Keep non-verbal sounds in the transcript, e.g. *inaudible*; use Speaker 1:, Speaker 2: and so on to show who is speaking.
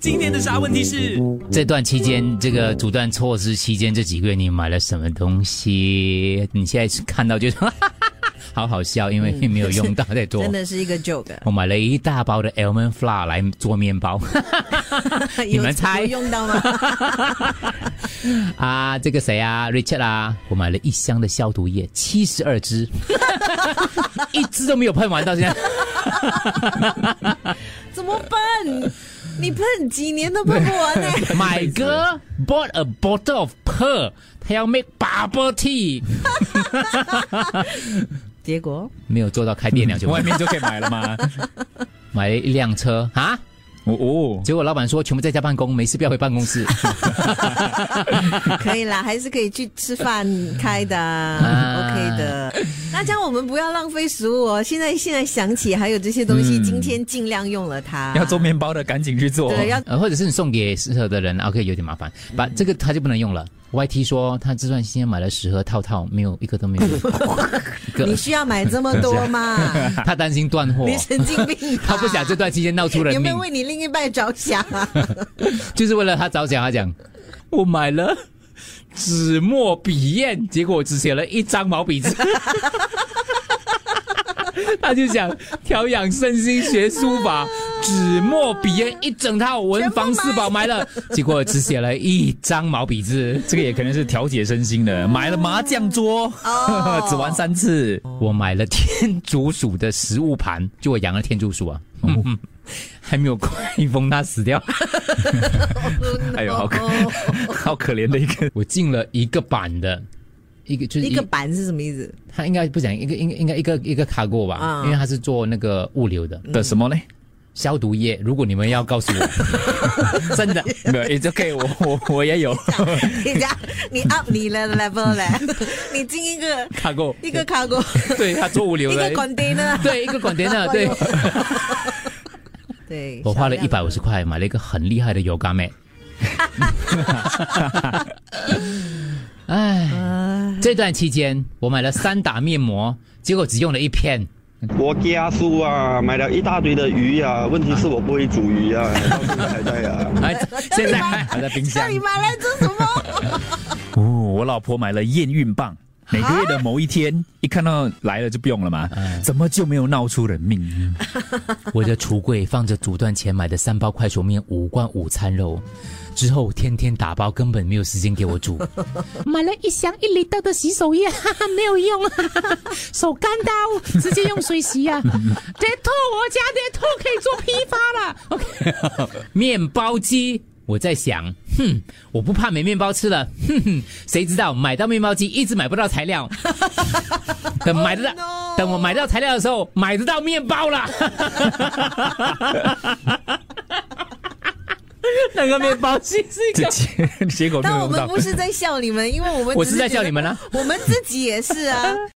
Speaker 1: 今天的啥问题是？
Speaker 2: 这段期间，这个阻断措施期间这几个月，你买了什么东西？你现在是看到就 *laughs* 好好笑，因为没有用到再
Speaker 1: 嗯
Speaker 2: 多。
Speaker 3: 真的是一个
Speaker 2: *laughs*
Speaker 3: joke，
Speaker 2: 我买了一大包的 almond flour 来做面包 *laughs* 你们猜
Speaker 3: 有有用到吗？
Speaker 2: *laughs* 啊，这个谁啊，Richard 啊，我买了一箱的消毒液，七十二支， *laughs* 一支都没有喷完到现在。
Speaker 1: *laughs*
Speaker 3: 怎么办？你喷几年都喷不完呢、
Speaker 2: *laughs* My girl bought a bottle of pearl，她要 make bubble tea，
Speaker 3: 结果
Speaker 2: 没有做到开店了就
Speaker 1: 外面就可以买了吗？
Speaker 2: 买了一辆车啊。
Speaker 1: *laughs* 哦哦，
Speaker 2: 结果老板说全部在家办公，没事不要回办公室
Speaker 3: 可以啦，还是可以去吃饭开的、o
Speaker 2: 啊
Speaker 3: k 的。那这样我们不要浪费食物哦。现在现在想起还有这些东西，
Speaker 2: 嗯
Speaker 3: 今天尽量用了它。
Speaker 1: 要做面包的赶紧去做。
Speaker 3: 对，要
Speaker 2: 呃，或者是你送给适合的人，OK 有点麻烦，把这个他就不能用了。YT 说他这段时间买了十盒套套，没有一个都没有用，一
Speaker 3: 你
Speaker 2: 个
Speaker 3: 需要买这么多
Speaker 2: *laughs*
Speaker 3: 吗？
Speaker 2: 他担心断货
Speaker 3: *laughs* 你，神经病吧！
Speaker 2: 他不想这段期间闹出人
Speaker 3: 有没
Speaker 2: 命
Speaker 3: 有，为你另一半着想
Speaker 2: *laughs*
Speaker 3: 啊？
Speaker 2: 就是为了他着想。他讲我买了纸墨笔砚，结果我只写了一张毛笔字。 *laughs* 他就想调养身心学书法，纸墨笔砚一整套，文房四宝买了，结果只写了一张毛笔字。
Speaker 1: 这个也可能是调节身心
Speaker 3: 嗯
Speaker 1: 的。买了麻将桌，
Speaker 3: 哦
Speaker 1: 只玩三次。
Speaker 2: 我买了天竺鼠的食物盘，就我养了天竺鼠
Speaker 1: *laughs*
Speaker 2: 啊，嗯嗯还没有快封它死掉。
Speaker 1: 哎呦，好可 *laughs*
Speaker 3: 哦
Speaker 1: 好可怜的一个。
Speaker 2: 我进了一个版的，一个就是
Speaker 3: 一个版是什么意思？
Speaker 2: 他应该不讲一个应应该一个一个卡过吧，
Speaker 3: 啊
Speaker 2: 因为他是做那个物流的
Speaker 1: 的什么呢？
Speaker 2: 消毒液。如果你们要告诉我，
Speaker 3: *laughs*
Speaker 2: 真的
Speaker 3: 嗯
Speaker 1: *laughs* 没有，it's okay，我我我也有。
Speaker 3: 你这样你 up 你的 level 嘞？ *laughs* 你进一个
Speaker 2: 卡
Speaker 3: *laughs*
Speaker 2: 过，
Speaker 3: 一个
Speaker 2: *laughs*
Speaker 3: 卡过，
Speaker 2: 对他做物流
Speaker 3: 一个
Speaker 2: 的， *laughs*
Speaker 3: container，哎
Speaker 2: 对一个广电的，
Speaker 3: *laughs*
Speaker 2: 对
Speaker 3: 对，
Speaker 2: 我花了
Speaker 3: 少量
Speaker 2: 一百五十块买了一个很厉害的油干
Speaker 3: *laughs*
Speaker 2: 妹。哎，这段期间我买了三打面膜，结果只用了一
Speaker 3: *laughs*
Speaker 2: 片。
Speaker 4: 我家叔啊，买了一大堆的鱼啊，问题是我不会煮鱼啊，到现在还在啊。
Speaker 2: 哎，现
Speaker 3: *laughs*
Speaker 2: 在还还在冰
Speaker 3: 那
Speaker 2: 箱。
Speaker 3: 你买来做什么？
Speaker 1: 哦，我老婆买了验
Speaker 3: *laughs*
Speaker 1: 孕棒。每个月的某一天，一看到来了就不用了嘛，怎么就没有闹出
Speaker 3: *laughs*
Speaker 1: 人命？
Speaker 2: 我的橱柜放着阻断前买的三包快熟面、五罐午餐肉，之后天天打包，根本没有时间给我煮。买了一箱一里多的洗手液， *laughs* 哈哈，没有用、啊， *laughs* 手干到直接用水洗呀、啊。 *laughs* 这兔我家这兔可以做批发了。OK，面包机。我在想，哼，我不怕没面包吃了，哼哼，谁知道买到面包机一直买不到材料，等买得到
Speaker 3: *laughs* Oh no
Speaker 2: 等我买到材料的时候，买得到面包了。 *laughs* 那个面包机是一
Speaker 1: 这
Speaker 2: 个，
Speaker 1: *laughs* 结结果没
Speaker 3: 但
Speaker 1: 有
Speaker 3: 我
Speaker 2: *laughs*
Speaker 1: 用到。
Speaker 3: 们不是在笑你们，因为我们
Speaker 2: 我
Speaker 3: 只
Speaker 2: 是在笑你们啊。
Speaker 3: 觉得，我们自己也是啊。